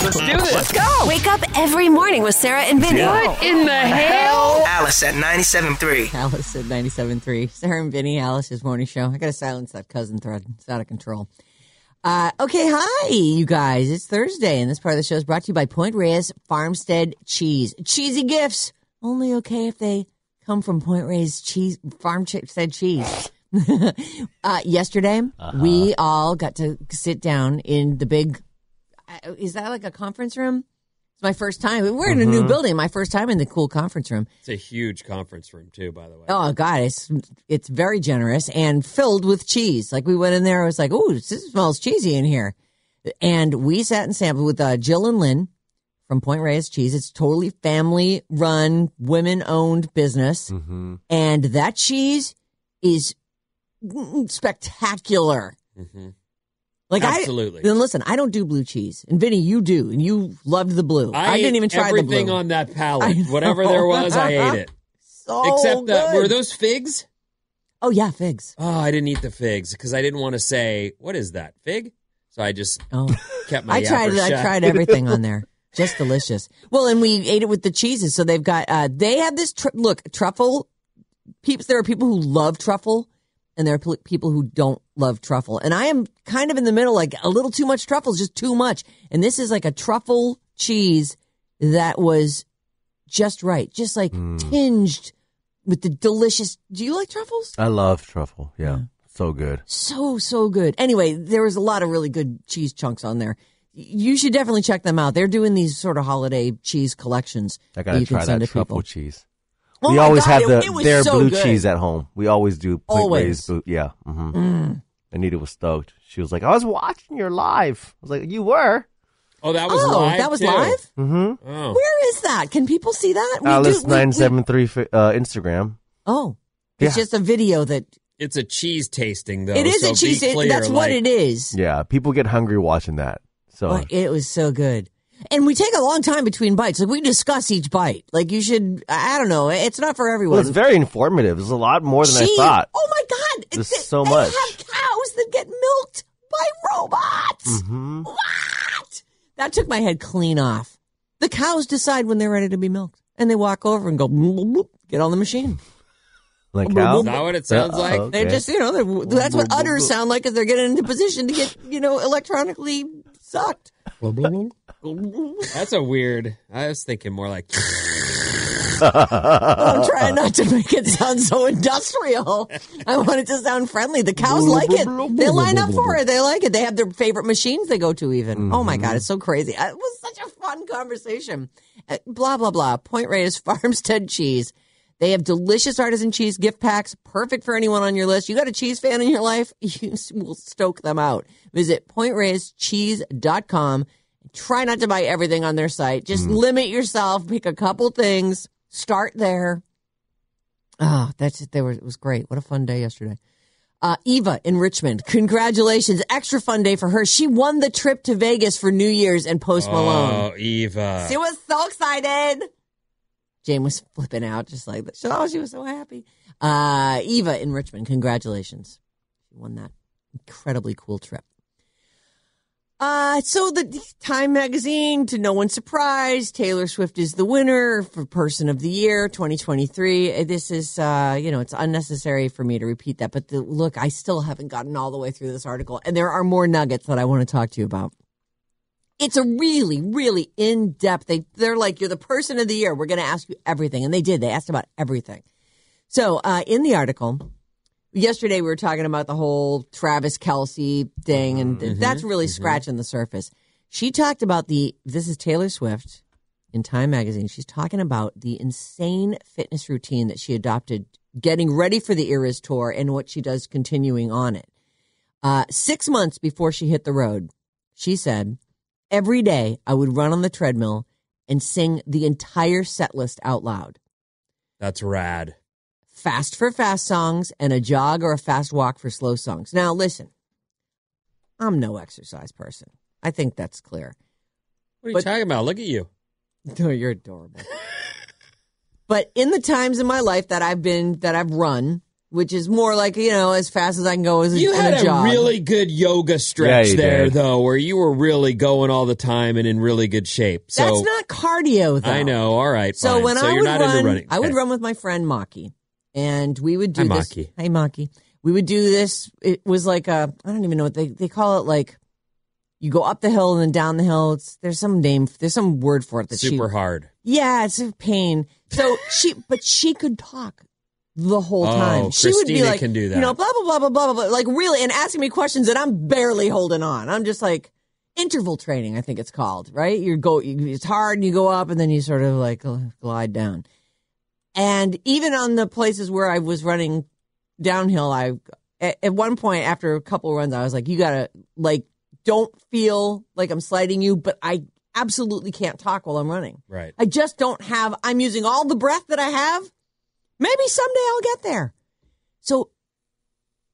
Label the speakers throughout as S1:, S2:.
S1: Let's do this.
S2: Let's go.
S3: Wake up every morning with Sarah and Vinny.
S2: What in the hell?
S4: Alice at 97.3.
S5: Alice at 97.3. Sarah and Vinny, Alice's morning show. I got to silence that cousin thread. It's out of control. Uh, okay, hi, you guys. It's Thursday, and this part of the show is brought to you by Point Reyes Farmstead Cheese. Cheesy gifts, only okay if they come from Point Reyes Cheese Farmstead Cheese. uh, yesterday, we all got to sit down in the big. Uh, is that like a conference room? It's my first time. We're in a new building. My first time in the cool conference room.
S1: It's a huge conference room too, by the way.
S5: Oh God, it's it's very generous and filled with cheese. Like we went in there, it was like, oh, this smells cheesy in here. And we sat and sampled with uh, Jill and Lynn from Point Reyes Cheese. It's totally family run, women owned business,
S1: Mm-hmm.
S5: and that cheese is spectacular. Like
S1: Mm-hmm. Absolutely.
S5: I, then listen, I don't do blue cheese, and Vinny, you do, and you loved the blue. I, didn't
S1: ate
S5: even try the blue.
S1: everything on that palette.
S5: I know.
S1: Whatever there was, I ate it.
S5: So
S1: Except that
S5: good.
S1: were those figs?
S5: oh yeah, figs.
S1: Oh, I didn't eat the figs because I didn't want to say what is that fig. So I just
S5: Oh.
S1: kept my.
S5: I tried.
S1: yapper
S5: I
S1: shut.
S5: tried everything on there. Just delicious. Well, and we ate it with the cheeses. So they've got. Uh, they have this. Tr- look, truffle. Peeps. There are people who love truffle, and there are pl- people who don't love truffle. And I am kind of in the middle. Like a little too much truffle is just too much. And this is like a truffle cheese that was just right, just like tinged with the delicious. Do you like truffles?
S6: I love truffle. Yeah. So good.
S5: so so good. Anyway, there was a lot of really good cheese chunks on there. You should definitely check them out. They're doing these sort of holiday cheese collections
S6: I
S5: that
S6: gotta
S5: you can
S6: try
S5: send
S6: that
S5: to
S6: truffle
S5: people.
S6: cheese.
S5: Oh
S6: we
S5: my
S6: always
S5: God,
S6: have the
S5: it- it was
S6: their
S5: so
S6: blue
S5: good.
S6: cheese at home. We always do Point
S5: Always. Mm.
S6: Reyes blue. Yeah. Mm-hmm. Anita was stoked. She was like, "I was watching your live." I was like, "You were?"
S1: Oh, that was
S5: Oh,
S1: live.
S5: that was
S1: too.
S5: live.
S1: Oh.
S5: Where is that? Can people see that? We do-
S6: Alice
S5: we-
S6: nine
S5: we-
S6: seven three uh, Instagram.
S5: Oh, it's
S6: Yeah.
S5: just a video that
S1: It's a cheese tasting though.
S5: it is
S1: so
S5: a cheese.
S1: Be
S5: it-
S1: clear,
S5: that's what
S1: like-
S5: it is.
S6: Yeah, people get hungry watching that. So
S5: But it was so good. And we take a long time between bites. Like we discuss each bite. Like you should. I I don't know. It's not for everyone.
S6: well, it's very informative. It's a lot more than
S5: Cheese.
S6: I thought.
S5: Oh my god!
S6: There's
S5: They-
S6: so
S5: they
S6: much.
S5: have cows that get milked by robots.
S6: Mm-hmm.
S5: What? That took my head clean off. The cows decide when they're ready to be milked, and they walk over and go bloop, bloop, bloop, get on the machine.
S6: Like
S5: Well,
S6: how?
S1: Is that what it sounds
S6: Uh,
S1: like?
S6: okay.
S5: They're just you know they're, that's what
S6: bloop, bloop,
S5: udders
S6: bloop.
S5: sound like as they're getting into position to get you know electronically sucked.
S1: That's a weird. I was thinking more like.
S5: I'm trying not to make it sound so industrial. I want it to sound friendly. The cows like it. They line up for it. They like it. They have their favorite machines they go to, even. Oh my God, it's so crazy. It was such a fun conversation. Uh, Blah, blah, blah. Point Reyes Farmstead Cheese. They have delicious artisan cheese gift packs, perfect for anyone on your list. You got a cheese fan in your life, you will stoke them out. Visit pointraisedcheese.com. Try not to buy everything on their site. Just limit yourself, pick a couple things, start there. Ah, that's it. There was it was great. What a fun day yesterday. Uh, Eva in Richmond, congratulations! Extra fun day for her. She won the trip to Vegas for New Year's and Post Malone.
S1: Oh, Eva.
S5: She was so excited. Jane was flipping out, just like that. She- Oh, she was so happy. Uh, Eva in Richmond, congratulations. She won that incredibly cool trip. Uh, so the Time Magazine, to no one's surprise, Taylor Swift is the winner for Person of the Year 2023. Uh, This is, uh, you know, it's unnecessary for me to repeat that, but the, look, I still haven't gotten all the way through this article, and there are more nuggets that I want to talk to you about it's a really, really in depth. They they're like you're the person of the year. We're going to ask you everything, and they did. They asked about everything. So uh, in the article yesterday, we were talking about the whole Travis Kelsey thing, and th- that's really scratching the surface. She talked about the this is Taylor Swift in Time magazine. She's talking about the insane fitness routine that she adopted, getting ready for the Eras tour, and what she does continuing on it. Uh, six months before she hit the road, she said. Every day, I would run on the treadmill and sing the entire set list out loud.
S1: That's rad.
S5: Fast for fast songs and a jog or a fast walk for slow songs. Now, listen, I'm no exercise person. I think that's clear.
S1: What are you
S5: But-
S1: talking about? Look at you.
S5: No, you're adorable. but in the times in my life that I've been that I've run, which is more like you know as fast as I can go as
S1: You
S5: in
S1: had
S5: a
S1: a
S5: jog.
S1: really good yoga stretch
S6: Yeah, you
S1: there,
S6: did.
S1: though, where you were really going all the time and in really good shape. So
S5: That's not cardio, though.
S1: I know. All right.
S5: So
S1: fine.
S5: when
S1: so
S5: I
S1: you're
S5: would
S1: not
S5: run,
S1: into running.
S5: I would
S1: Okay.
S5: run with my friend Maki, and we would do
S1: Hi,
S5: this.
S1: Maki.
S5: Hey, Maki. We would do this. It was like a I don't even know what they they call it. Like you go up the hill and then down the hill. It's there's some name. There's some word for it. That
S1: super
S5: She,
S1: hard.
S5: yeah, it's a pain. So she, but she could talk the whole
S1: Oh,
S5: time. She would be
S1: Christina
S5: like,
S1: can do that.
S5: you know, blah blah blah blah blah blah, blah, like really, and asking me questions that I'm barely holding on. I'm just like interval training, I think it's called, right? You go, you, it's hard, and you go up, and then you sort of like gl- glide down. And even on the places where I was running downhill, I at, at one point after a couple runs, I was like, you gotta like don't feel like I'm sliding you, but I absolutely can't talk while I'm running.
S1: Right.
S5: I just don't have, I'm using all the breath that I have. Maybe someday I'll get there. So,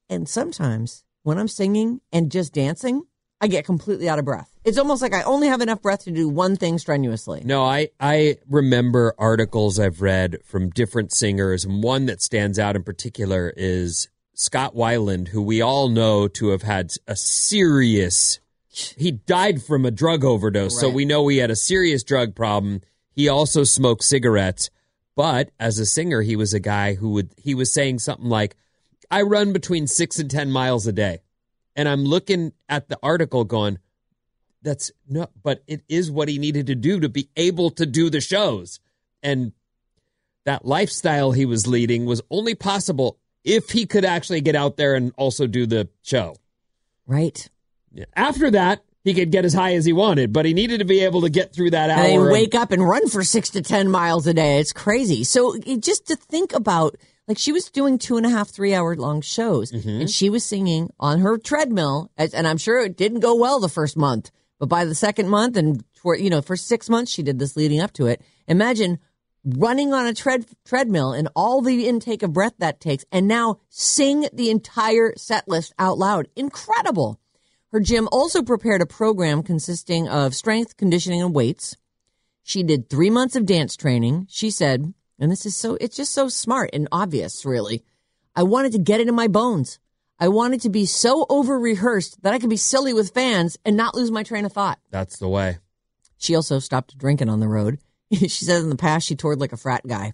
S5: and sometimes when I'm singing and just dancing, I get completely out of breath. It's almost like I only have enough breath to do one thing strenuously.
S1: No, I I remember articles I've read from different singers, and one that stands out in particular is Scott Weiland, who we all know to have had a serious. He died from a drug overdose, so
S5: Right.
S1: we know he had a serious drug problem. He also smoked cigarettes, but as a singer, he was a guy who would he was saying something like, "I run between six and ten miles a day," and I'm looking at the article going that's no but it is what he needed to do to be able to do the shows and that lifestyle he was leading was only possible if he could actually get out there and also do the show
S5: Right.
S1: after that he could get as high as he wanted but he needed to be able to get through that hour
S5: And then
S1: of-
S5: wake up and run for six to 10 miles a day. It's crazy. So it, just to think about, like she was doing two and a half, three hour long shows
S1: Mm-hmm.
S5: and she was singing on her treadmill. as- And I'm sure it didn't go well the first month, but by the second month and for, you know, for six months, she did this leading up to it. Imagine running on a tread, treadmill and all the intake of breath that takes and now sing the entire set list out loud. Incredible. Her gym also prepared a program consisting of strength, conditioning, and weights. She did three months of dance training. She said, and this is so, it's just so smart and obvious, really. I wanted to get it in my bones. I wanted to be so over rehearsed that I could be silly with fans and not lose my train of thought.
S1: that's the way
S5: She also stopped drinking on the road. she says in the past she toured like a frat guy.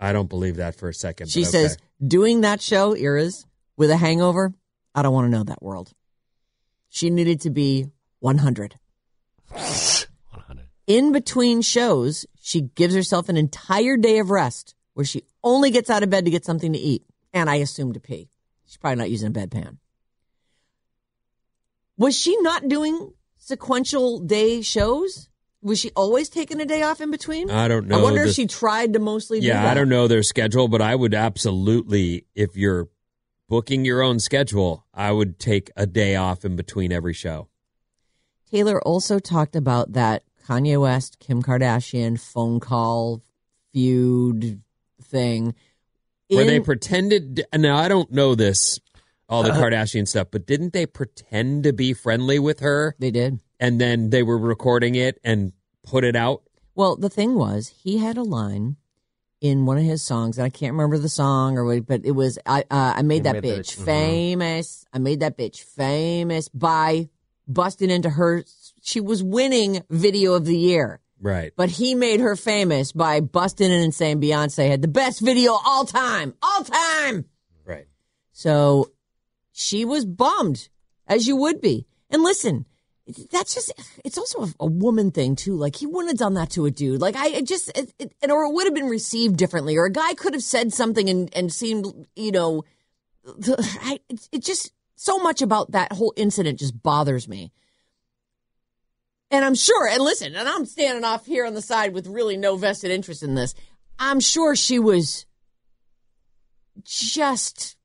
S1: i don't believe that for a second
S5: She
S1: but okay.
S5: says, doing that show, Iris, with a hangover, I don't want to know that world. She needed to be 100.
S6: 100.
S5: in between shows, she gives herself an entire day of rest where she only gets out of bed to get something to eat and I assume to pee. She's probably not using a bedpan. Was she not doing sequential day shows? Was she always taking a day off in between?
S1: I don't know
S5: I wonder
S1: the-
S5: if she tried to mostly do
S1: yeah
S5: that.
S1: i don't know their schedule but i would absolutely if you're booking your own schedule i would take a day off in between every show
S5: Taylor also talked about that Kanye West, Kim Kardashian phone call feud thing.
S1: where they
S5: In-
S1: pretended now i don't know this all the kardashian stuff but didn't they pretend to be friendly with her
S5: they did.
S1: and then they were recording it and put it out
S5: Well, the thing was, he had a line in one of his songs, and I can't remember the song or what, but it was I uh, I made that
S6: You made that-
S5: bitch
S6: mhm.
S5: famous. I made that bitch famous by busting into her. She was winning video of the year,
S1: right
S5: but he made her famous by busting in and saying Beyonce had the best video of all time, all time.
S1: right
S5: So she was bummed, as you would be. And listen, that's just, it's also a, a woman thing too. Like he wouldn't have done that to a dude. Like I I just, it, it, and or it would have been received differently, or a guy could have said something and, and seemed, you know, I, it, it just, so much about that whole incident just bothers me. And I'm sure, and listen, and I'm standing off here on the side with really no vested interest in this. I'm sure she was just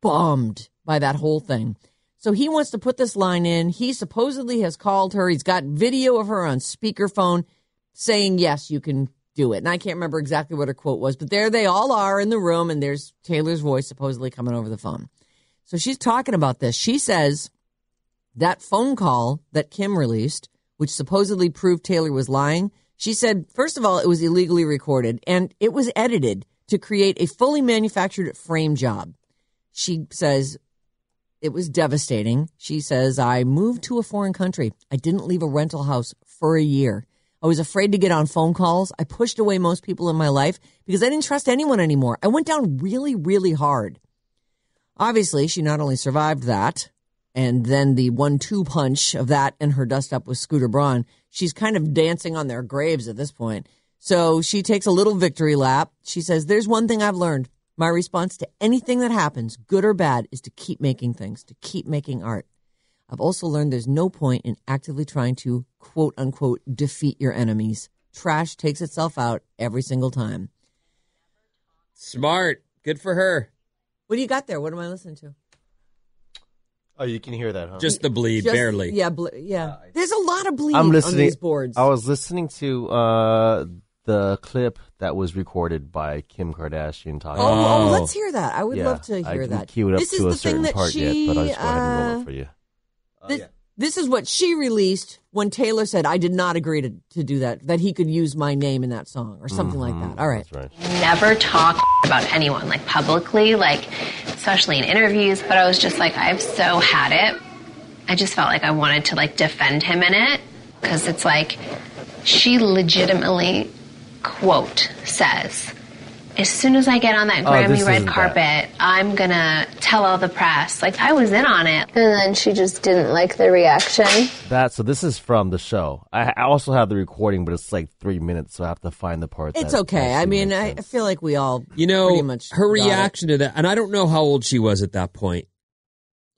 S5: bummed by that whole thing. So he wants to put this line in. He supposedly has called her. He's got video of her on speakerphone saying, Yes, you can do it. And I can't remember exactly what her quote was, but there they all are in the room, and there's Taylor's voice supposedly coming over the phone. So she's talking about this. She says that phone call that Kim released, which supposedly proved Taylor was lying, she said, first of all, it was illegally recorded and it was edited to create a fully manufactured frame job. She says it was devastating. She says, I moved to a foreign country. I didn't leave a rental house for a year. I was afraid to get on phone calls. I pushed away most people in my life because I didn't trust anyone anymore. I went down really, really hard. Obviously, she not only survived that and then the one two punch of that and her dust up with Scooter Braun, she's kind of dancing on their graves at this point. So she takes a little victory lap. She says, There's one thing I've learned. My response to anything that happens, good or bad, is to keep making things, to keep making art. I've also learned there's no point in actively trying to quote unquote defeat your enemies. Trash takes itself out every single time.
S1: Smart. Good for her.
S5: What do you got there? What am I listening to?
S6: Oh, you can hear that, huh?
S1: Just the bleed,
S5: Just-
S1: barely.
S5: Yeah, ble-
S1: Uh,
S5: yeah. There's a lot of bleed
S6: I'm listening. Oh,
S5: on these boards.
S6: I was listening to uh, the clip that was recorded by Kim Kardashian talking.
S5: oh, oh,
S1: Oh.
S5: let's hear that. I would
S6: Yeah,
S5: love to
S6: I
S5: hear
S6: didn't
S5: that.
S6: Cue it up
S5: this
S6: to
S5: is
S6: a
S5: the
S6: certain
S5: thing that
S6: part
S5: she.
S6: yet, but I just go ahead and roll
S5: uh,
S6: it for you.
S1: Oh,
S5: This, this is what she released when Taylor said, I did not agree to, to do that, that he could use my name in that song or something like that. All right.
S6: Mm-hmm. That's right.
S7: never talk about anyone like publicly like especially in interviews but i was just like i've so had it i just felt like i wanted to like defend him in it because it's like she legitimately quote says as soon as i get on that
S6: Oh, this
S7: grammy
S6: isn't
S7: red
S6: that.
S7: carpet i'm gonna tell all the press like i was in on it and then she just didn't like the reaction
S6: That so this is from the show. I, I also have the recording, but it's like three minutes, so I have to find the part.
S5: It's
S6: that
S5: okay. I
S6: actually
S5: mean,
S6: makes
S5: I, I
S6: sense.
S5: feel like we all
S1: You know,
S5: pretty much
S1: her
S5: got it.
S1: reaction to that, and I don't know how old she was at that point.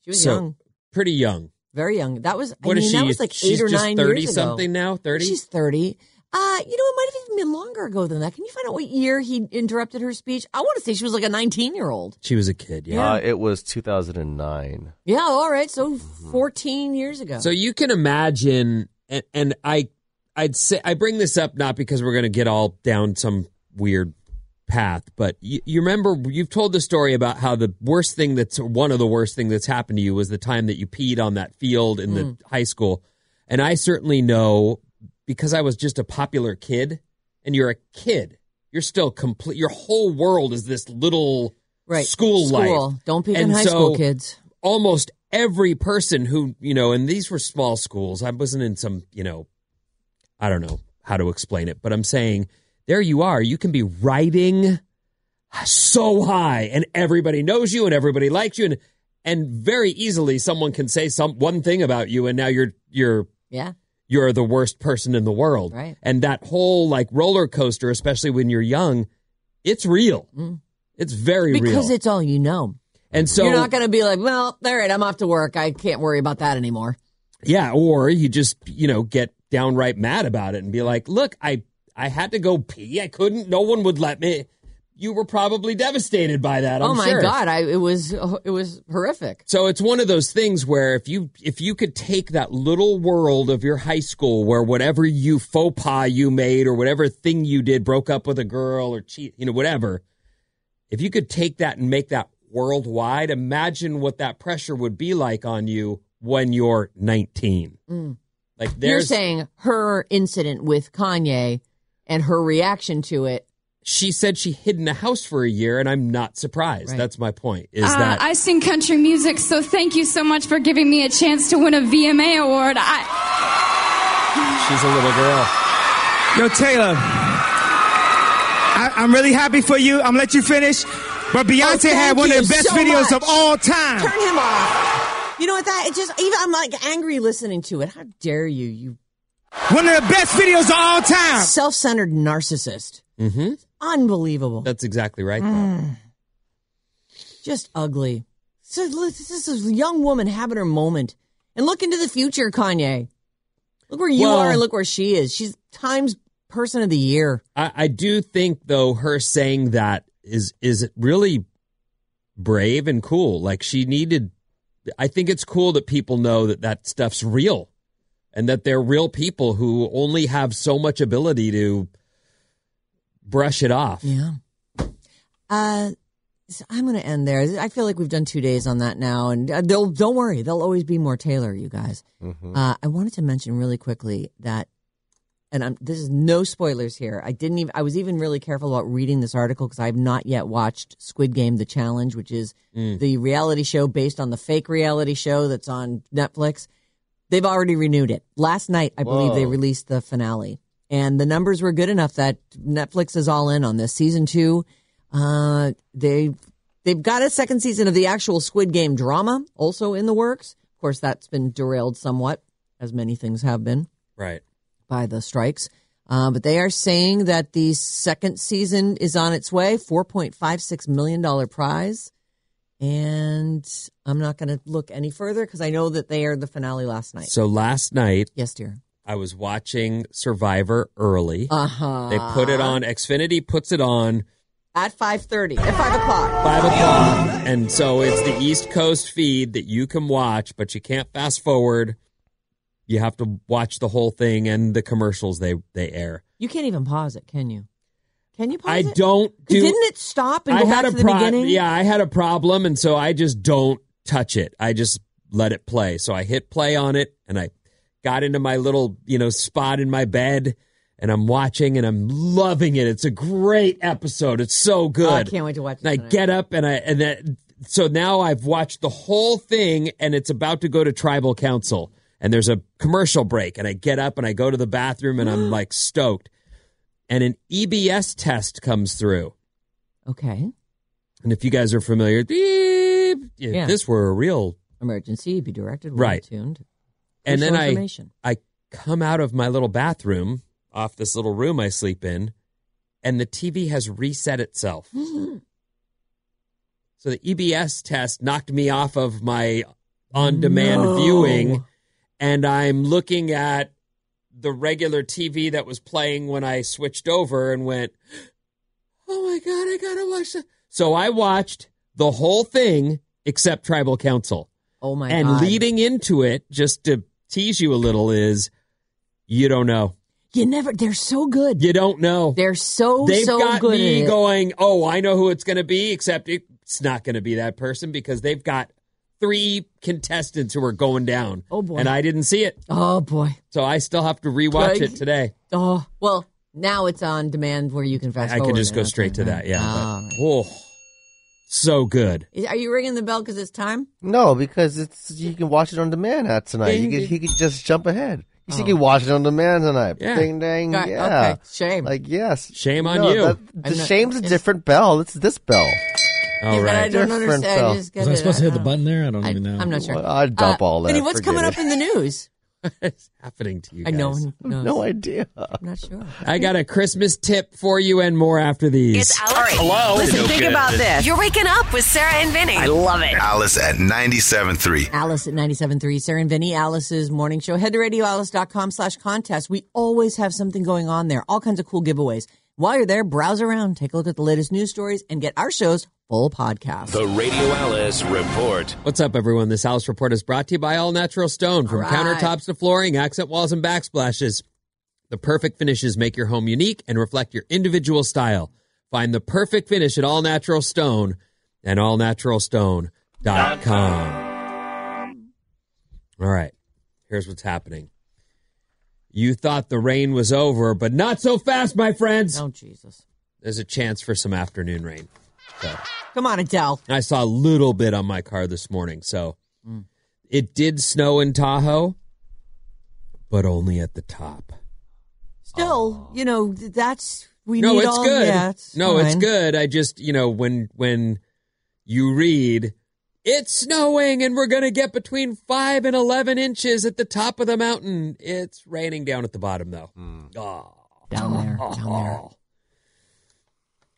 S5: She was
S1: so-
S5: young,
S1: Pretty young.
S5: very young. That was.
S1: What
S5: I
S1: is
S5: mean,
S1: she?
S5: That was like
S1: She's
S5: eight or
S1: just
S5: nine
S1: 30
S5: years
S1: something
S5: ago.
S1: now? 30?
S5: She's thirty. Uh, you know, it might have even been longer ago than that. Can you find out what year he interrupted her speech? I want to say she was like a nineteen-year-old.
S1: she was a kid, yeah.
S6: Uh, it was 2009.
S5: Yeah. All right. So fourteen years ago.
S1: Mm-hmm. So you can imagine, and, and I, I'd say I bring this up not because we're going to get all down some weird path, but you, you remember you've told the story about how the worst thing that's one of the worst thing that's happened to you was the time that you peed on that field in the
S5: Hmm.
S1: high school, and I certainly know because I was just a popular kid, and you're a kid, you're still complete. Your whole world is this little
S5: right.
S1: school life.
S5: Don't peek in
S1: And
S5: high
S1: so-
S5: school, kids.
S1: almost every person who you know and these were small schools i wasn't in some you know i don't know how to explain it but i'm saying there you are you can be riding so high and everybody knows you and everybody likes you and and very easily someone can say some one thing about you and now you're you're
S5: Yeah.
S1: you're the worst person in the world
S5: Right.
S1: and that whole like roller coaster especially when you're young it's real it's very
S5: Mm. Because
S1: real
S5: it's all you know.
S1: and so
S5: You're not going to be like, well, all right, I'm off to work. I can't worry about that anymore.
S1: Yeah, or you just you know get downright mad about it and be like, "Look, I I had to go pee. I couldn't. No one would let me." You were probably devastated by that. I'm
S5: oh my
S1: sure.
S5: god, I it was it was horrific.
S1: So it's one of those things where if you if you could take that little world of your high school where whatever you faux pas you made or whatever thing you did broke up with a girl or cheat you know whatever if you could take that and make that worldwide imagine what that pressure would be like on you when you're 19 like
S5: Mm. You're
S1: there's
S5: saying her incident with Kanye and her reaction to it.
S1: she said she hid in a house for a year and i'm not surprised
S5: Right.
S1: that's my point is
S8: Uh,
S1: that
S8: I sing country music, so thank you so much for giving me a chance to win a VMA award. I,
S1: she's a little girl
S9: Yo, Taylor, I, I'm really happy for you. I'm gonna let you finish. But
S5: Oh,
S9: Beyonce
S5: thank
S9: had one
S5: you
S9: of the best
S5: so
S9: videos
S5: much.
S9: of all time.
S5: Turn him off. You know what that? It just even I'm like angry listening to it. How dare you, you
S9: One of the best videos of all time.
S5: self-centered narcissist?
S1: hmm
S5: Unbelievable.
S1: that's exactly right though.
S5: Mm. just ugly. So look, this is a young woman having her moment. And look into the future, Kanye. Look where you
S1: Well-
S5: are and look where she is. She's Times Person of the Year.
S1: I, I do think though her saying that is is really brave and cool. Like she needed. I think it's cool that people know that that stuff's real, and that they're real people who only have so much ability to brush it off.
S5: Yeah. Uh, so I'm going to end there. I feel like we've done two days on that now, and uh, they'll don't
S1: Mm-hmm.
S5: worry, there'll always be more Taylor, you guys. Uh, I wanted to mention really quickly that and I'm this is no spoilers here. I didn't even I was even really careful about reading this article because I have not yet watched Squid Game the Challenge, which is the reality show based on the fake reality show that's on Netflix. They've already renewed it. Last night, I believe they
S6: Whoa.
S5: released the finale. And the numbers were good enough that Netflix is all in on this. Season two, uh, they they've got a second season of the actual Squid Game drama also in the works. Of course, that's been derailed somewhat, as many things have been
S1: Right.
S5: by the strikes. Uh, but they are saying that the second season is on its way, $4.56 million prize. And I'm not going to look any further because I know that they aired the finale last night.
S1: So last night
S5: yes, dear.
S1: I was watching Survivor early.
S5: Uh huh.
S1: They put it on.
S5: Ah.
S1: Xfinity puts it on
S5: at 5:30 at 5 o'clock.
S1: five o'clock, and so it's the East Coast feed that you can watch, but you can't fast forward. You have to watch the whole thing and the commercials they they air.
S5: You can't even pause it, can you? Can you pause
S1: I
S5: it?
S1: don't do.
S5: Didn't it stop and go back to the
S1: pro-
S5: beginning?
S1: Yeah, I had a problem, and so I just don't touch it. I just let it play. So I hit play on it, and I got into my little you know spot in my bed, and I'm watching, and I'm loving it. It's a great episode. It's so good.
S5: Oh, I can't wait to watch it.
S1: And I
S5: tonight.
S1: get up, and I and that. So now I've watched the whole thing, and it's about to go to tribal council. And there's a commercial break, and I get up and I go to the bathroom, and I'm like stoked. And an EBS test comes through.
S5: Okay.
S1: And if you guys are familiar, beep, if
S5: Yeah.
S1: this were a real.
S5: Emergency, be directed, well
S1: Right.
S5: tuned.
S1: And then
S5: Crucial
S1: I,
S5: information.
S1: I come out of my little bathroom off this little room I sleep in, and the TV has reset itself. so the EBS test knocked me off of my on demand
S5: No.
S1: viewing, and I'm looking at the regular TV that was playing when I switched over and went, oh my God, I gotta watch that. So I watched the whole thing except Tribal Council
S5: Oh my
S1: and
S5: god.
S1: leading into it, just to tease you a little, is you don't know.
S5: you never they're so good.
S1: You don't know.
S5: They're so
S1: They've
S5: so
S1: got
S5: good.
S1: me
S5: at it.
S1: going, oh, I know who it's going to be, except it- it's not going to be that person because they've got three contestants who are going down.
S5: Oh, boy.
S1: And I didn't see it.
S5: oh boy.
S1: So I still have to rewatch
S5: Craig.
S1: it today.
S5: Oh well, now it's on demand where you can fast.
S1: I could
S5: forward
S1: just
S5: it.
S1: go
S5: That's
S1: straight to
S5: fine.
S1: that. Yeah.
S5: Ah.
S1: but- oh, so good.
S5: Is- Are you ringing the bell because it's time?
S6: No, because it's you can watch it on demand now tonight. You
S1: Ding,
S6: can,
S1: ding.
S6: he could just jump ahead. You see,
S5: Oh.
S6: you can watch it on demand tonight.
S1: Yeah.
S6: Ding dang,
S5: Right,
S6: yeah.
S5: Okay. Shame.
S6: Like yes,
S1: Shame on
S6: No,
S1: you.
S6: that- the
S5: I'm not-
S6: shame's a
S5: it's-
S6: different bell. It's this bell.
S1: All
S5: Yeah, but I
S1: right.
S5: don't
S6: Different
S5: understand. I
S6: bell.
S5: just
S10: Was
S5: get
S10: I
S5: it.
S10: supposed to hit the
S5: don't-
S10: button there? I don't
S5: I,
S10: even know.
S5: am not sure.
S6: Well, I'd dump
S5: Uh,
S6: all that.
S5: Vinny, what's
S6: Forget
S5: coming
S6: it.
S5: up in the news?
S1: it's happening to you
S5: I
S1: guys.
S5: know. one knows.
S6: No idea.
S5: I'm not sure.
S1: I got a Christmas tip for you and more after these.
S3: It's Alex.
S2: Hello. Listen, think about this.
S3: You're waking up with Sarah and Vinny.
S2: I love it.
S11: Alice at 97.3.
S5: Alice at 97.3, Sarah and Vinny, Alice's morning show. Head to radioalice.com slash contest. We always have something going on there, all kinds of cool giveaways. While you're there, browse around, take a look at the latest news stories, and get our show's full podcast.
S2: The Radio Alice Report.
S1: What's up, everyone? This Alice Report is brought to you by All Natural Stone. From
S5: All right.
S1: countertops to flooring, accent walls, and backsplashes, the perfect finishes make your home unique and reflect your individual style. Find the perfect finish at All Natural Stone and allnaturalstone.com. All right, here's what's happening. You thought the rain was over, but not so fast, my friends.
S5: Oh, Jesus.
S1: There's a chance for some afternoon rain.
S5: Come on, Adele.
S1: I saw a little bit on my car this morning. So
S5: Mm.
S1: it did snow in Tahoe, but only at the top.
S5: Still, you know, th- that's, we
S1: no,
S5: need
S1: it's
S5: all,
S1: good.
S5: yeah, it's
S1: no, it's
S5: fine.
S1: good. I just, you know, when when you read it's snowing and we're going to get between 5 and 11 inches at the top of the mountain. It's raining down at the bottom though.
S5: Mm.
S1: Oh.
S5: Down there, down there.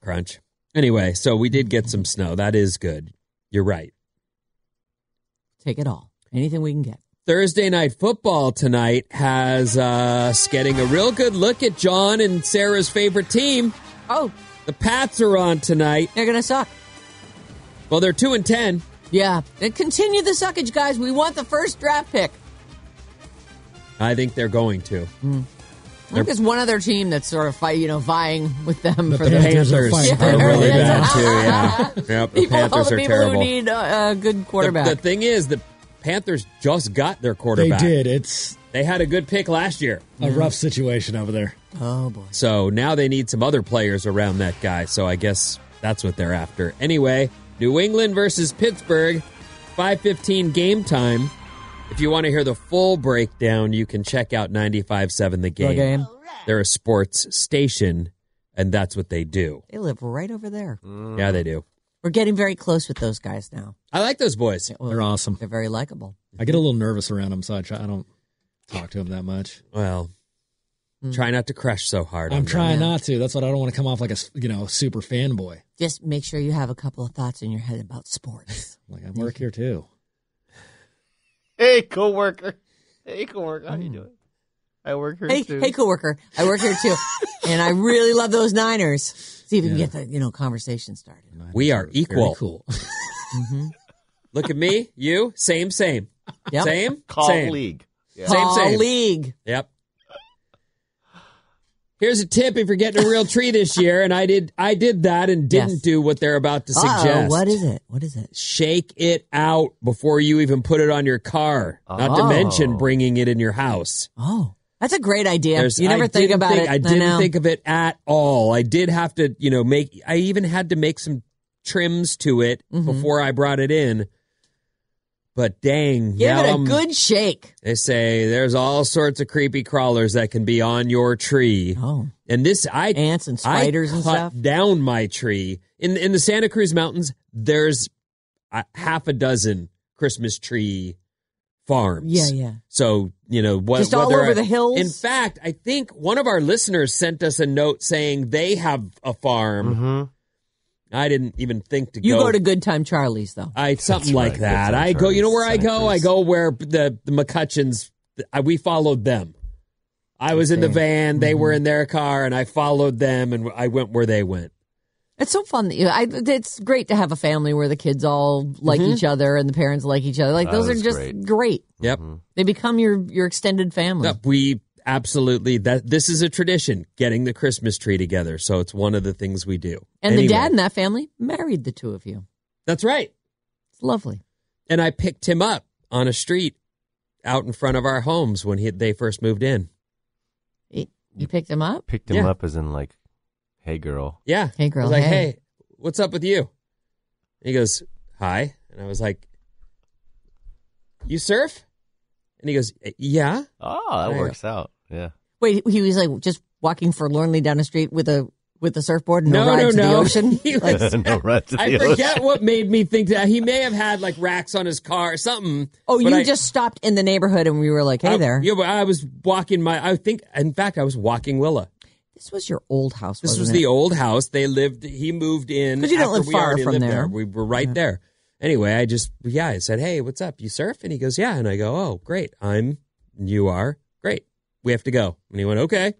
S1: Crunch. Anyway, so we did get some snow. That is good. You're right.
S5: Take it all. Anything we can get.
S1: Thursday night football tonight has uh, us getting a real good look at John and Sarah's favorite team.
S5: Oh,
S1: The Pats are on tonight.
S5: they're going to suck.
S1: Well, they're two and ten.
S5: Yeah. And continue the suckage, guys. We want the first draft pick.
S1: I think they're going to.
S5: I think there's one other team that's sort of fight, you know, vying with them
S10: The
S5: for the
S10: Panthers are fighting
S1: are
S10: for the
S1: really
S10: Ravens.
S1: bad too. Yeah, yep. The
S5: people, all
S1: Panthers
S5: the
S1: are
S5: people
S1: terrible.
S5: who need uh, a, a good
S1: the,
S5: quarterback.
S1: the thing is, the Panthers just got their
S10: They
S1: quarterback.
S10: did. It's
S1: They had a good pick last year.
S10: A rough situation over there.
S5: Oh boy.
S1: So now they need some other players around that guy. So I guess that's what they're after. Anyway, New England versus Pittsburgh, 5:15 game time. If you want to hear the full breakdown, you can check out 95.7 The Game.
S5: The Game.
S1: They're a sports station, and that's what they do.
S5: They live right over there.
S1: Yeah, they do.
S5: We're getting very close with those guys now.
S1: I like those boys.
S10: They're awesome.
S5: They're very likable.
S10: I get a little nervous around them, so I, try, I don't talk to them that much.
S1: Well, try not to crush so hard. on
S10: Mm. I'm
S1: them.
S10: trying not to. That's what I don't want to come off like a s- you know super fanboy.
S5: Just make sure you have a couple of thoughts in your head about sports.
S10: Like I work here too.
S6: Hey, coworker. Hey, coworker. How you
S1: Hmm.
S6: doing? I work here
S5: hey,
S6: too.
S5: hey, coworker, I work here too, and I really love those Niners. See if we can get the you know conversation started.
S1: We are equal.
S10: cool. Mm-hmm.
S1: Look at me, you, same, same,
S5: Yep.
S1: same,
S6: Call
S1: same.
S6: league. Yeah.
S1: Same, same.
S5: League.
S1: Yep. Here's a tip if you're getting a real tree this year, and I did I did that and didn't
S5: Yes.
S1: do what they're about to
S5: Uh-oh,
S1: suggest.
S5: what is it? What is it?
S1: Shake it out before you even put it on your car. Not to
S5: Oh.
S1: mention bringing it in your house.
S5: Oh, that's a great idea.
S1: There's-
S5: you never
S1: I
S5: think
S1: didn't
S5: about it.
S1: I didn't
S5: know.
S1: think of it at all. I did have to, you know, make. I even had to make some trims to it
S5: Mm-hmm.
S1: before I brought it in. But dang,
S5: Give
S1: now
S5: it a
S1: I'm-
S5: good shake.
S1: They say there's all sorts of creepy crawlers that can be on your tree.
S5: Oh,
S1: And this, I
S5: ants and spiders
S1: I
S5: and
S1: cut
S5: stuff.
S1: down my tree in in the Santa Cruz Mountains. There's a, half a dozen Christmas tree farms.
S5: Yeah, yeah.
S1: So you know what?
S5: Just all
S1: whether
S5: over
S1: I-
S5: the hills?
S1: In fact, I think one of our listeners sent us a note saying they have a farm.
S6: Mhm.
S1: I didn't even think to
S5: You
S1: go.
S5: go to Good Time Charlie's though.
S1: I something
S6: That's
S1: like
S6: right,
S1: that.
S6: Good
S1: I go.
S6: Times
S1: You know where I
S6: Santa
S1: go?
S6: Cruz.
S1: I go where the, the McCutcheons. I, we followed them. I was in the van. They
S6: Mm-hmm.
S1: were in their car, and I followed them, and I went where they went.
S5: It's so fun. That you, I, it's great to have a family where the kids all like
S1: Mm-hmm.
S5: each other and the parents like each other. Like
S6: That
S5: those are
S6: is
S5: just great.
S6: great.
S1: Yep.
S6: Mm-hmm.
S5: They become your your extended family.
S1: Yep, we absolutely that this is a tradition getting the Christmas tree together. So it's one of the things we do.
S5: And
S1: Anyway,
S5: the dad in that family married the two of you.
S1: That's right.
S5: It's lovely.
S1: And I picked him up on a street out in front of our homes when he, they first moved in.
S5: He- you picked him up.
S6: Picked him
S1: Yeah.
S6: up as in like, hey girl.
S1: Yeah.
S5: Hey,
S1: I
S5: girl,
S1: was like,
S5: hey.
S1: hey. what's up with you? And he goes, hi. And I was like, you surf? And he goes, yeah.
S6: Oh, that
S1: There you
S6: works out. Yeah.
S5: Wait, he was like just walking forlornly down the street with a with a surfboard and a ride to the ocean.
S1: He
S5: Like,
S1: was-
S6: No, right to
S1: I
S6: the
S1: forget what made me think that he may have had like racks on his car or something.
S5: oh,
S1: but
S5: you
S1: I-
S5: just stopped in the neighborhood and we were like, "Hey
S1: I-
S5: there."
S1: Yeah, but I was walking my. I think, in fact, I was walking Willa.
S5: This was your old house.
S1: This was
S5: wasn't
S1: the
S5: it?
S1: old house. They lived. He moved in.
S5: 'Cause you don't
S1: after
S5: live
S1: we
S5: far
S1: already
S5: from
S1: lived
S5: there.
S1: We were right there. Anyway, I just yeah, I said, hey, what's up? You surf? And he goes, yeah. And I go, oh, great. I'm. You are great. We have to go. And he went, okay,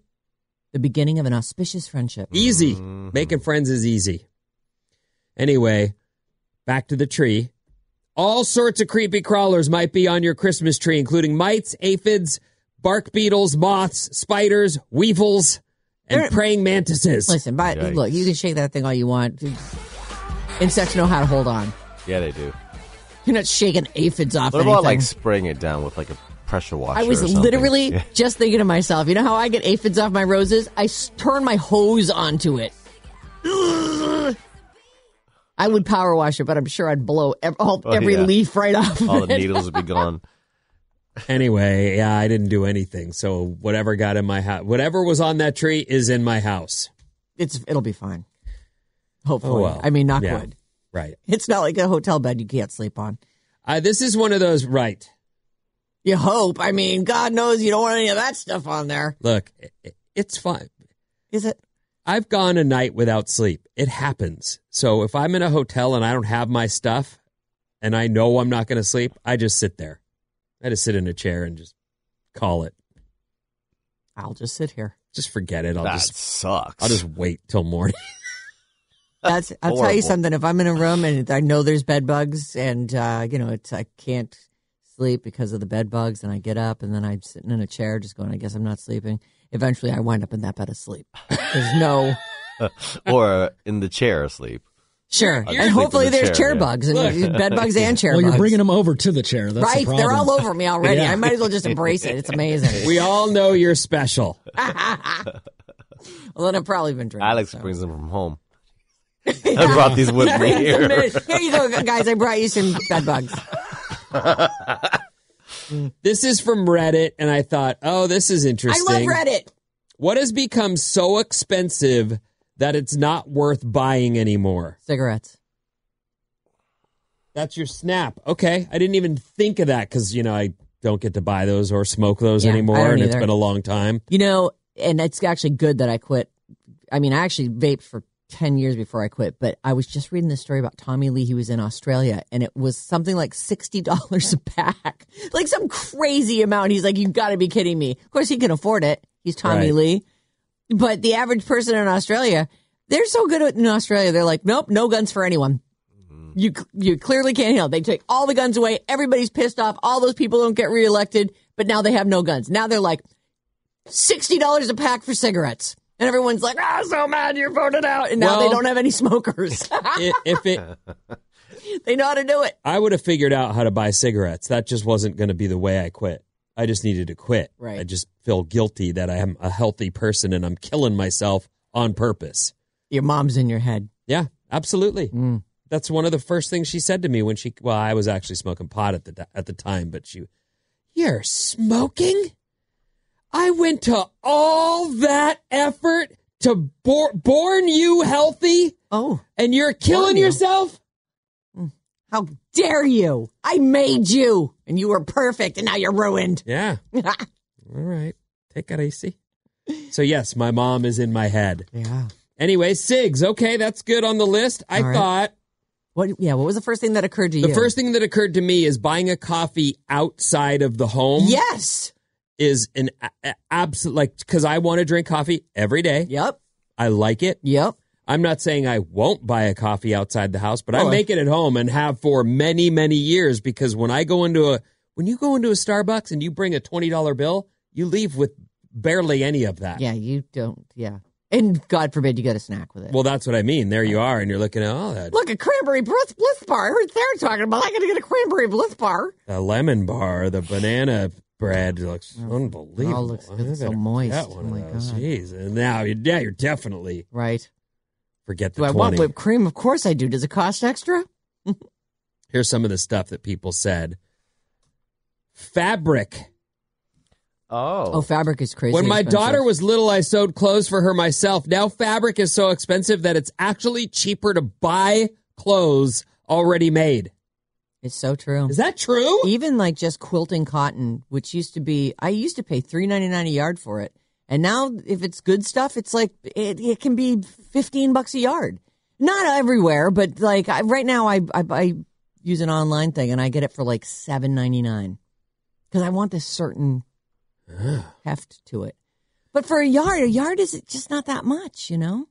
S5: the beginning of an auspicious friendship.
S1: easy. Making friends is easy. Anyway, back to the tree. All sorts of creepy crawlers might be on your Christmas tree, including mites, aphids, bark beetles, moths, spiders, weevils, and
S5: They're-
S1: praying mantises.
S5: Listen, but
S6: Yikes.
S5: look, you can shake that thing all you want. Insects know how to hold on.
S6: Yeah, they do.
S5: You're not shaking aphids off
S6: What
S5: anything.
S6: about like spraying it down with like a pressure washer?
S5: I was
S6: or something?
S5: literally
S6: Yeah.
S5: just thinking to myself, you know how I get aphids off my roses? I s- turn my hose onto it. I would power wash it, but I'm sure I'd blow ev- all,
S6: Oh,
S5: every
S6: yeah.
S5: leaf right off. of
S6: all the
S5: it.
S6: needles would be gone.
S1: Anyway, yeah, I didn't do anything. So whatever got in my house, whatever was on that tree is in my house.
S5: It's it'll be fine. Hopefully,
S1: Oh well.
S5: I mean, knock
S1: Yeah.
S5: wood.
S1: Right.
S5: It's not like a hotel bed you can't sleep on.
S1: Uh, this is one of those. Right.
S5: You hope. I mean, God knows you don't want any of that stuff on there.
S1: Look, i- i- it's fine.
S5: Is it?
S1: I've gone a night without sleep. It happens. So if I'm in a hotel and I don't have my stuff, and I know I'm not going to sleep, I just sit there. I just sit in a chair and just call it.
S5: I'll just sit here.
S1: Just forget it. I'll
S6: that
S1: just
S6: sucks.
S1: I'll just wait till morning.
S5: That's. I'll tell you
S6: Horrible.
S5: something. If I'm in a room and I know there's bed bugs, and uh, you know, it's I can't sleep because of the bed bugs, and I get up, and then I'm sitting in a chair, just going, I guess I'm not sleeping. Eventually, I wind up in that bed asleep. There's no
S6: or in the chair asleep.
S5: Sure.
S10: I'll
S5: and
S10: sleep in
S5: hopefully
S10: the
S5: there's
S10: chair,
S5: chair
S10: yeah.
S5: bugs and
S10: Look.
S5: bed bugs and chair
S10: well,
S5: bugs.
S10: you're bringing them over to the chair. That's
S5: right?
S10: The problem.
S5: They're all over me already.
S10: Yeah.
S5: I might as well just embrace it. It's amazing.
S1: We all know you're special.
S5: well, then I've probably been drinking.
S6: Alex brings them from home. I brought these with me here.
S5: Here you go, guys. I brought you some bed bugs.
S1: this is from Reddit, and I thought, oh, this is
S5: I
S1: interesting.
S5: love Reddit.
S1: What has become so expensive that it's not worth buying anymore?
S5: Cigarettes.
S1: That's your snap. Okay. I didn't even think of that because, you know, I don't get to buy those or smoke those
S5: Yeah, I
S1: anymore,
S5: don't
S1: and it's
S5: either.
S1: been a long time.
S5: You know, and it's actually good that I quit. I mean, I actually vaped for 10 years before I quit, but I was just reading this story about Tommy Lee. He was in Australia and it was something like $60 a pack, like some crazy amount. He's like, you've got to be kidding me. Of course, he can afford it. He's Tommy
S12: Right.
S5: Lee. But the average person in Australia, they're so good at, in Australia. They're like, nope, no guns for anyone. You you clearly can't handle. it. They take all the guns away. Everybody's pissed off. All those people don't get reelected, but now they have no guns. Now they're like sixty dollars a pack for cigarettes, and everyone's like, "Ah, so mad you're voted out." And
S1: Well-
S5: now they don't have any smokers.
S1: I- if it,
S5: they know how to do it.
S1: I would have figured out how to buy cigarettes. That just wasn't going to be the way I quit. I just needed to quit.
S5: Right.
S1: I just feel guilty that I am a healthy person and I'm killing myself on purpose.
S5: Your mom's in your head.
S1: Yeah, absolutely. That's one of the first things she said to me when she. Well, I was actually smoking pot at the ti- at the time, but she. You're smoking. I went to all that effort to bor- born you healthy.
S5: Oh,
S1: and you're killing
S5: Born you.
S1: yourself.
S5: How dare you? I made you, and you were perfect, and now you're ruined.
S1: Yeah. All right. Take it easy. So yes, my mom is in my head.
S5: Yeah.
S1: Anyway, SIGs. Okay, that's good on the list. I
S5: All right.
S1: thought
S5: What? Yeah. What was the first thing that occurred to
S1: the
S5: you?
S1: first thing that occurred to me is buying a coffee outside of the home.
S5: Yes.
S1: Is an a- a- absolute like because I want to drink coffee every day.
S5: Yep.
S1: I like it.
S5: Yep.
S1: I'm not saying I won't buy a coffee outside the house, but I
S5: Oh, I-
S1: make it at home and have for many, many years because when I go into a when you go into a Starbucks and you bring a twenty dollar bill, you leave with barely any of that.
S5: Yeah. You don't. Yeah. And God forbid you get a snack with it.
S1: Well, that's what I mean. There you are, and you're looking at all that
S5: Look, a cranberry bliss, bliss bar. I heard Sarah talking about. I got to get a cranberry bliss bar.
S1: the lemon bar, the banana bread. It looks unbelievable.
S5: Oh, all looks
S1: I
S5: good. It's so
S1: better
S5: moist.
S1: Get one
S5: Oh, my
S1: of those.
S5: God.
S1: Jeez. And now, you're, yeah, you're definitely
S5: right.
S1: Forget the
S5: Do I want
S1: twenty.
S5: whipped cream? Of course I do. Does it cost extra?
S1: Here's some of the stuff that people said. Fabric.
S6: Oh.
S5: Oh, fabric is crazy.
S1: When my
S5: expensive.
S1: daughter was little, I sewed clothes for her myself. Now fabric is so expensive that it's actually cheaper to buy clothes already made.
S5: It's so true.
S1: Is that true?
S5: Even like just quilting cotton, which used to be, I used to pay three ninety nine a yard for it, and now if it's good stuff, it's like it, it can be fifteen bucks a yard. Not everywhere, but like I, right now, I, I I use an online thing and I get it for like seven ninety nine because I want this certain heft to it. But for a yard, a yard is just not that much, you know.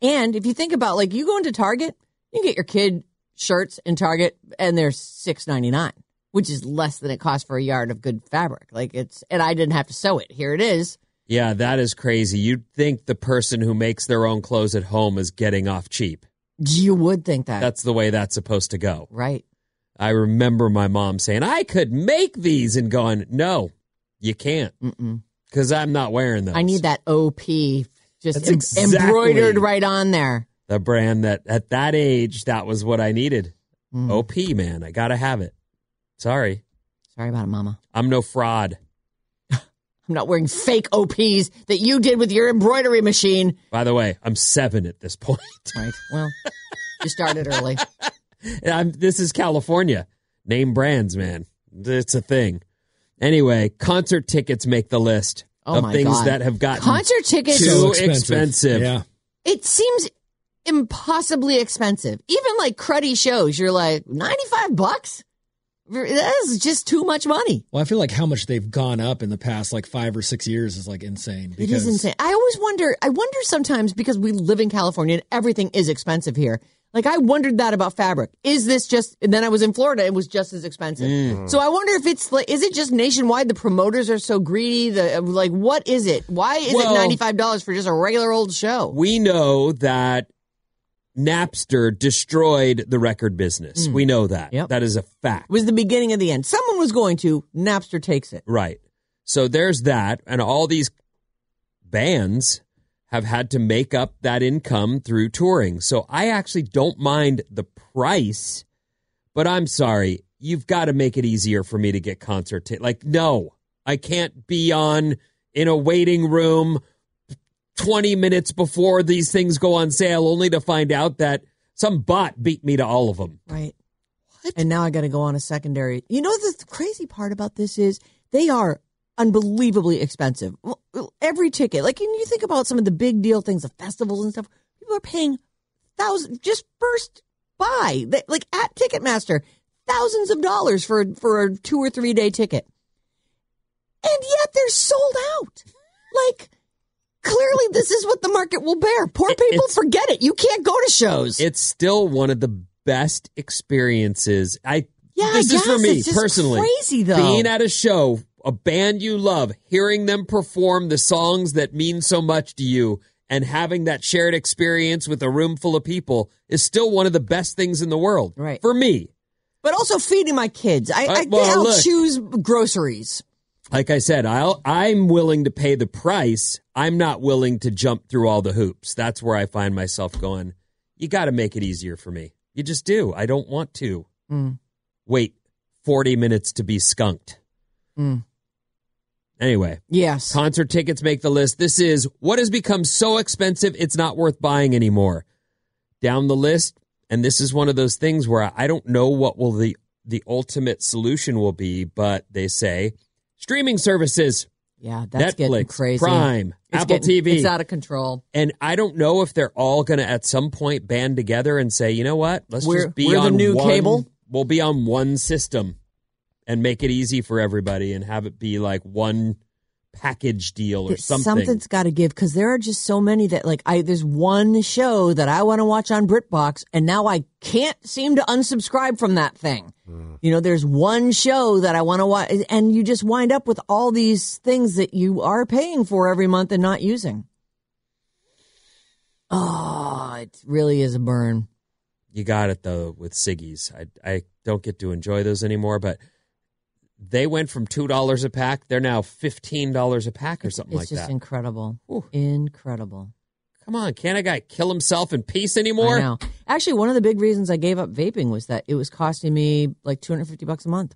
S5: And if you think about like you go into Target, you can get your kid shirts in Target and they're six ninety nine, which is less than it costs for a yard of good fabric. Like it's and I didn't have to sew it. Here it is.
S1: Yeah, that is crazy. You'd think the person who makes their own clothes at home is getting off cheap.
S5: You would think that.
S1: That's the way that's supposed to go.
S5: right.
S1: I remember my mom saying, I could make these and going, no, you can't
S5: Mm-mm.
S1: because I'm not wearing those.
S5: I need that OP just
S1: That's
S5: em-
S1: exactly-
S5: embroidered right on there.
S1: the brand that at that age, that was what I needed.
S5: Mm.
S1: OP, man. I got to have it. Sorry.
S5: Sorry about it, Mama.
S1: I'm no fraud.
S5: I'm not wearing fake OPs that you did with your embroidery machine.
S1: By the way, I'm seven at this point.
S5: Right. Well, you started early.
S1: And I'm, this is California. Name brands, man. It's a thing. Anyway, concert tickets make the list
S5: Oh
S1: of
S5: my
S1: things
S5: God.
S1: that have gotten
S5: Concert tickets-
S1: too
S5: So
S1: expensive.
S5: expensive. It seems impossibly expensive. Even like cruddy shows, you're like, 95 bucks? That is just too much money.
S10: Well, I feel like how much they've gone up in the past like five or six years is like insane.
S5: It
S10: Because
S5: is insane. I always wonder, I wonder sometimes because we live in California and everything is expensive here. Like I wondered that about fabric. Is this just, and then I was in Florida, it was just as expensive. So I wonder if it's like, is it just nationwide? The promoters are so greedy. The like, what is it? Why is
S1: Well-
S5: it $95 for just a regular old show?
S1: We know that Napster destroyed the record business.
S5: Mm.
S1: We know that. That is a fact.
S5: was the beginning of the end. Someone was going to. Napster takes it.
S1: Right. So there's that. And all these bands have had to make up that income through touring. So I actually don't mind the price, but I'm sorry. You've got to make it easier for me to get concert tickets. Like, no, I can't be on in a waiting room 20 minutes before these things go on sale, only to find out that some bot beat me to all of them.
S5: Right. And now I got to go on a secondary. You know, the crazy part about this is they are unbelievably expensive. Well, Every ticket, like, and you think about some of the big deal things, the festivals and stuff, people are paying thousands just first buy, They- like at Ticketmaster, thousands of dollars for, for a two or three day ticket. And yet they're sold out. Like, clearly this is what the market will bear. Poor people forget it. You can't go to shows.
S1: It's still one of the best experiences. I
S5: Yeah, I
S1: this is for
S5: guess.
S1: me
S5: It's just
S1: personally.
S5: crazy, though.
S1: Being at a show, a band you love, hearing them perform the songs that mean so much to you and having that shared experience with a room full of people is still one of the best things in the world. Right. For me.
S5: But also feeding my kids. I,
S1: Uh,
S5: I
S1: well,
S5: I'll
S1: look.
S5: choose groceries.
S1: Like I said, I'll I'm willing to pay the price. I'm not willing to jump through all the hoops. That's where I find myself going, you gotta make it easier for me. You just do. I don't want to.
S5: Mm,
S1: wait 40 minutes to be skunked.
S5: mm.
S1: Anyway.
S5: Yes.
S1: Concert tickets make the list. This is what has become so expensive it's not worth buying anymore. Down the list, and this is one of those things where I don't know what will the the ultimate solution will be, but they say streaming services.
S5: Yeah, that's getting
S1: Netflix,
S5: crazy.
S1: Prime,
S5: It's
S1: Apple
S5: getting-
S1: TV.
S5: It's out of control.
S1: And I don't know if they're all going to at some point band together and say, you know what, let's
S5: We're-
S1: just be
S5: we're the
S1: on
S5: new
S1: one-
S5: cable."
S1: We'll be on one system and make it easy for everybody and have it be like one package deal or
S5: That
S1: something.
S5: Something's got to give because there are just so many that like I. There's one show that I want to watch on BritBox, and now I can't seem to unsubscribe from that thing. You know, there's one show that I want to watch, and you just wind up with all these things that you are paying for every month and not using. Oh, it really is a burn.
S1: You got it though with Siggy's. I I don't get to enjoy those anymore, but they went from two dollars a pack. They're now fifteen dollars a pack or something
S5: It's
S1: like
S5: just
S1: that.
S5: incredible. Incredible.
S1: Come on, can't a guy kill himself in peace anymore?
S5: I know. Actually, one of the big reasons I gave up vaping was that it was costing me like 250 bucks a month.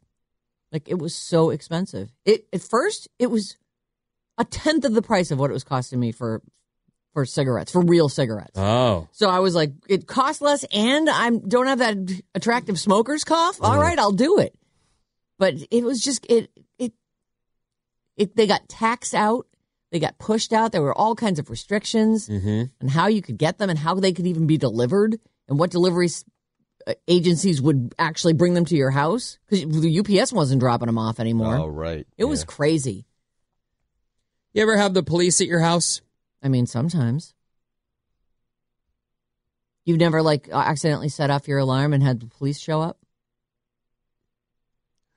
S5: Like it was so expensive. It at first it was a tenth of the price of what it was costing me for for cigarettes, for real cigarettes.
S1: Oh,
S5: So I was like, it costs less, and I don't have that attractive smoker's cough. All right, I'll do it. But it was just it it it. They got taxed out. They got pushed out. There were all kinds of restrictions
S1: Mhm.
S5: on how you could get them and how they could even be delivered and what delivery s- uh, agencies would actually bring them to your house because the UPS wasn't dropping them off anymore.
S6: Oh, right.
S5: It was crazy.
S1: You ever have the police at your house?
S5: I mean, sometimes. You've never like uh, accidentally set off your alarm and had the police show up?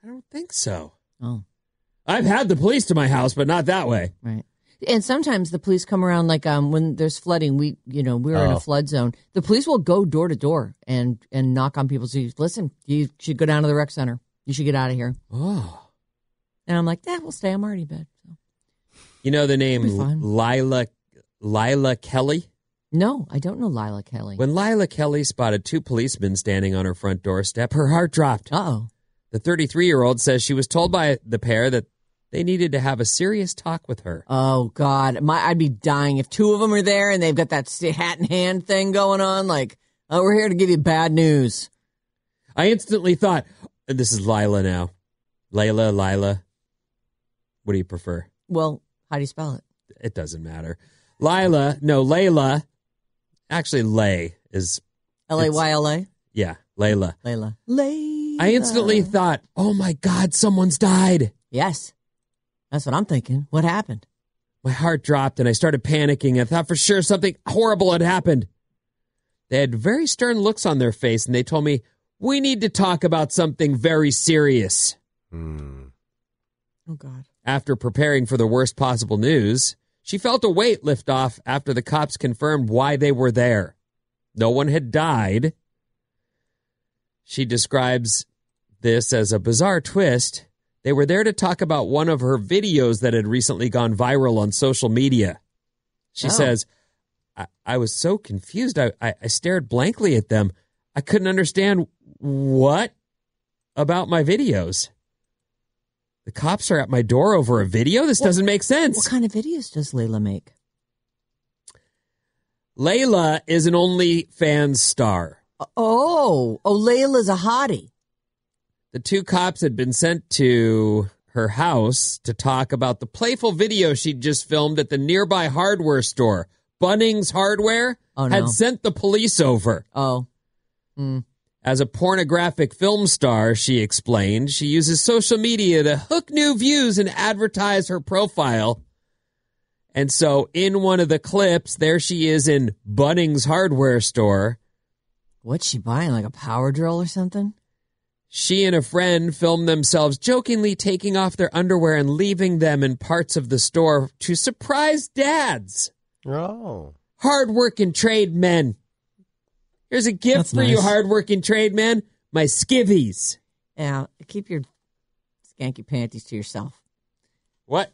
S1: I don't think so.
S5: Oh.
S1: I've had the police to my house, but not that way.
S5: Right. And sometimes the police come around like um when there's flooding, we you know, we were in
S1: Oh.
S5: a flood zone. The police will go door to door and and knock on people's ears. Listen, you should go down to the rec center. You should get out of here.
S1: Oh.
S5: And I'm like, "Yeah, we'll stay. I'm already bed."
S1: You know the name
S5: It'll be fine.
S1: Lila Lila Kelly?
S5: No, I don't know Lila Kelly.
S1: When Lila Kelly spotted two policemen standing on her front doorstep, her heart dropped.
S5: Uh-oh.
S1: The 33-year-old says she was told by the pair that they needed to have a serious talk with her.
S5: Oh God, my I'd be dying if two of them are there and they've got that st- hat in hand thing going on. Like, oh, we're here to give you bad news.
S1: I instantly thought, and this is Lila now. Lila, Lila. What do you prefer?
S5: Well, how do you spell it?
S1: It doesn't matter. Lila, no, Layla. Actually, Lay is
S5: L a y l a.
S1: yeah, Layla.
S5: Layla.
S1: I instantly thought, oh my God, someone's died.
S5: Yes. That's what I'm thinking. What happened?
S1: My heart dropped and I started panicking. I thought for sure something horrible had happened. They had very stern looks on their face and they told me, we need to talk about something very serious.
S6: Hmm.
S5: Oh God.
S1: After preparing for the worst possible news, she felt a weight lift off after the cops confirmed why they were there. No one had died. She describes this as a bizarre twist. They were there to talk about one of her videos that had recently gone viral on social media. She
S5: Oh.
S1: says, I, I was so confused. I, I, I stared blankly at them. I couldn't understand what about my videos. The cops are at my door over a video? This doesn't make sense.
S5: What kind of videos does Layla make?
S1: Layla is an OnlyFans star.
S5: Oh, oh, Layla's a hottie.
S1: The two cops had been sent to her house to talk about the playful video she'd just filmed at the nearby hardware store. Bunnings Hardware
S5: Oh, no.
S1: had sent the police over.
S5: Oh. Mm.
S1: As a pornographic film star, she explained, she uses social media to hook new views and advertise her profile. And so in one of the clips, there she is in Bunnings Hardware store.
S5: What's she buying? Like a power drill or something?
S1: She and a friend filmed themselves jokingly taking off their underwear and leaving them in parts of the store to surprise dads,
S6: Oh.
S1: hardworking trade men. Here's a gift
S5: That's
S1: for you,
S5: nice.
S1: hardworking trade men, my skivvies.
S5: Yeah, keep your skanky panties to yourself.
S1: What?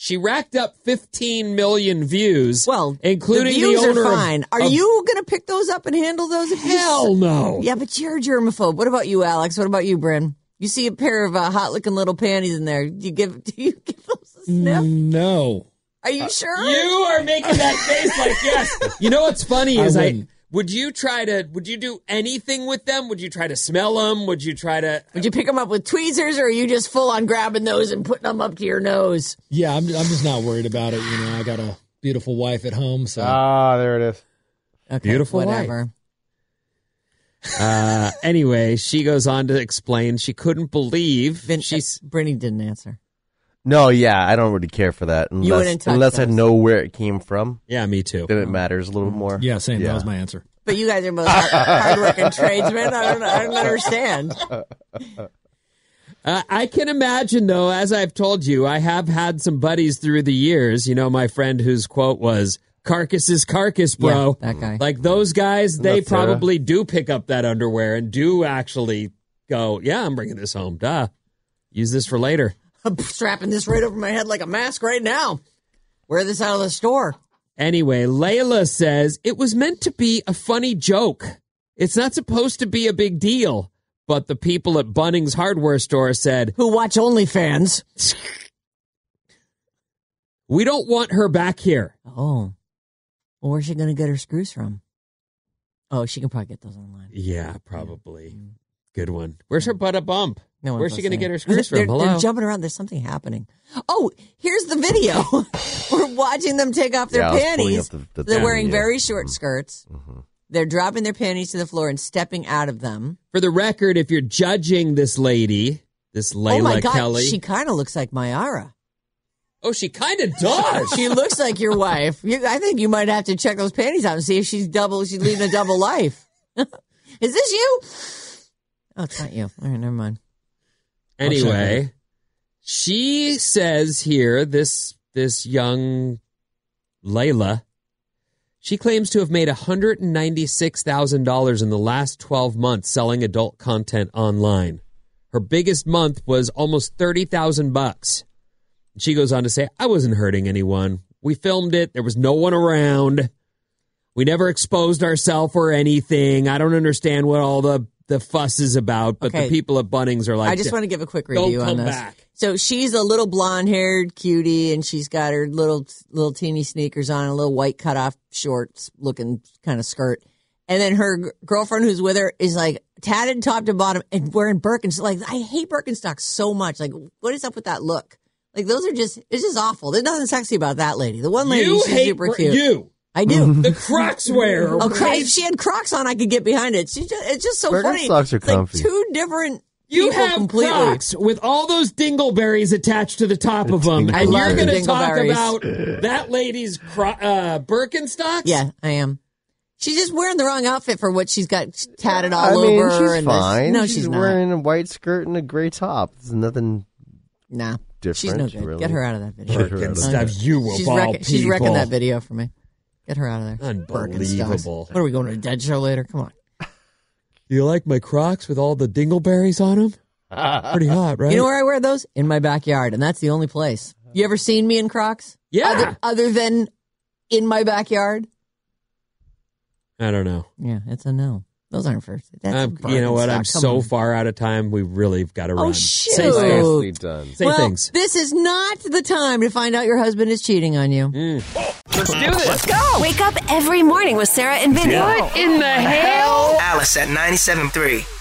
S1: She racked up 15 million views. Well, including
S5: the views
S1: the owner
S5: are fine.
S1: Of,
S5: are
S1: of-
S5: you going to pick those up and handle those? If
S1: Hell
S5: you...
S1: no.
S5: Yeah, but you're a germaphobe. What about you, Alex? What about you, Bryn? You see a pair of uh, hot-looking little panties in there. Do you give? Do you give those a sniff?
S10: Mm. No.
S5: Are you sure?
S1: You are making that face like yes. You know what's funny
S10: I
S1: is I.
S10: wouldn't.
S1: Would you try to? Would you do anything with them? Would you try to smell them? Would you try to?
S5: Would you pick them up with tweezers, or are you just full on grabbing those and putting them up to your nose?
S10: Yeah, I'm, I'm just not worried about it. You know, I got a beautiful wife at home, so
S6: Ah, there it is.
S5: Okay,
S1: Beautiful
S5: Whatever.
S1: Uh, anyway, she goes on to explain she couldn't believe
S5: Vin- uh,
S1: she's
S5: Brittany didn't answer.
S6: No, yeah, I don't really care for that unless
S5: wouldn't touch
S6: unless I
S5: those.
S6: know where it came from.
S1: yeah, me too.
S6: Then it matters a little more.
S10: yeah, same. That was my answer.
S5: But you guys are both hard- hardworking tradesmen. I don't, I don't understand.
S1: Uh, I can imagine, though, as I've told you, I have had some buddies through the years. You know, my friend whose quote was "carcass is carcass, bro."
S5: Yeah, that guy.
S1: Like those guys, they
S6: That's, uh,
S1: probably do pick up that underwear and do actually go, "Yeah, I'm bringing this home." Duh, use this for later.
S5: I'm strapping this right over my head like a mask right now. Wear this out of the store.
S1: Anyway, Layla says it was meant to be a funny joke. It's not supposed to be a big deal. But the people at Bunnings Hardware Store said,
S5: Who watch OnlyFans?
S1: We don't want her back here.
S5: Oh. Well, where's she going to get her screws from? Oh, she can probably get those online.
S1: Yeah, probably. Good one. Where's her butt a bump?
S5: Mm-hmm. Mm. No one's
S1: Where's she going to
S5: listening.
S1: get her screws
S5: they're,
S1: from? Hello?
S5: They're jumping around. There's something happening. Oh, here's the video. We're watching them take off their
S6: Yeah, I was pulling
S5: panties.
S6: up the- the
S5: they're
S6: thing,
S5: wearing
S6: yeah. Mm-hmm.
S5: very short skirts. They're dropping their panties to the floor and stepping out of them.
S1: For the record, if you're judging this lady, this Layla
S5: oh my God,
S1: Kelly.
S5: she kind of looks like Myara.
S1: oh, she kind of does.
S5: She looks like your wife. You, I think you might have to check those panties out and see if she's double. She's leading a double life. Is this you? Oh, it's not you. All right, never mind.
S1: anyway, she says here this this young Layla she claims to have made $196,000 in the last 12 months selling adult content online. Her biggest month was almost 30,000 bucks. She goes on to say, "I wasn't hurting anyone. We filmed it. There was no one around. We never exposed ourselves or anything. I don't understand what all the the fuss is about, but
S5: Okay.
S1: the people at Bunnings are like
S5: I just
S1: "Yeah."
S5: want to give a quick
S1: Don't
S5: review on
S1: come
S5: this.
S1: back.
S5: So she's a little blonde-haired cutie, and she's got her little little teeny sneakers on, a little white cutoff shorts looking kind of skirt. And then her g- girlfriend, who's with her, is like tatted top to bottom and wearing Birkenstocks. Like I hate Birkenstocks so much. Like what is up with that look? Like those are just it's just awful. There's nothing sexy about that lady. The one lady,
S1: you
S5: she's
S1: hate
S5: super
S1: Br-
S5: cute.
S1: You,
S5: I do.
S1: the Crocs wearer.
S5: Oh, Cro-
S1: hates-
S5: if she had Crocs on, I could get behind it. She just, it's just so funny.
S6: Birkenstocks are
S5: It's like
S6: comfy.
S5: two different
S1: you
S5: people
S1: have
S5: completely.
S1: Crocs with all those dingleberries attached to the top of them,
S6: I
S1: and
S5: love
S1: you're
S5: the
S1: going to talk
S5: dingleberries.
S1: about that lady's cro- uh, Birkenstocks.
S5: Yeah, I am. She's just wearing the wrong outfit for what she's got tatted all
S6: I mean,
S5: over.
S6: she's
S5: and this-
S6: fine.
S5: No, she's,
S6: she's,
S5: not.
S6: wearing a white skirt and a gray top. There's nothing.
S5: nah, she's no
S6: different,
S5: good.
S6: really.
S5: Get her out of that video.
S6: Get her out of
S1: Stuff you of
S5: She's
S1: all
S5: wrecking, she's
S1: people.
S5: wrecking that video for me. Get her out of there.
S1: Unbelievable.
S5: Birkenstocks. What are we going to a dead show later? Come on.
S1: You like my Crocs with all the dingleberries on them? Pretty hot, right?
S5: You know where I wear those? In my backyard, and that's the only place. You ever seen me in Crocs?
S1: Yeah.
S5: Other, other than in my backyard?
S1: I don't know.
S5: Yeah, it's a no. Those aren't first. That's
S1: I'm- Um, you know what? I'm
S5: Birkenstock. Come
S1: so
S5: on.
S1: far out of time. We really have got to
S5: Oh,
S1: run.
S5: shoot.
S1: Say, things.
S5: Nicely
S6: done.
S1: Say
S5: well,
S1: things.
S5: This is not the time to find out your husband is cheating on you.
S2: Let's do this. Let's
S3: go. Wake up every morning with Sarah and Vinny.
S4: Yeah.
S3: in the
S4: Alice at 97.3.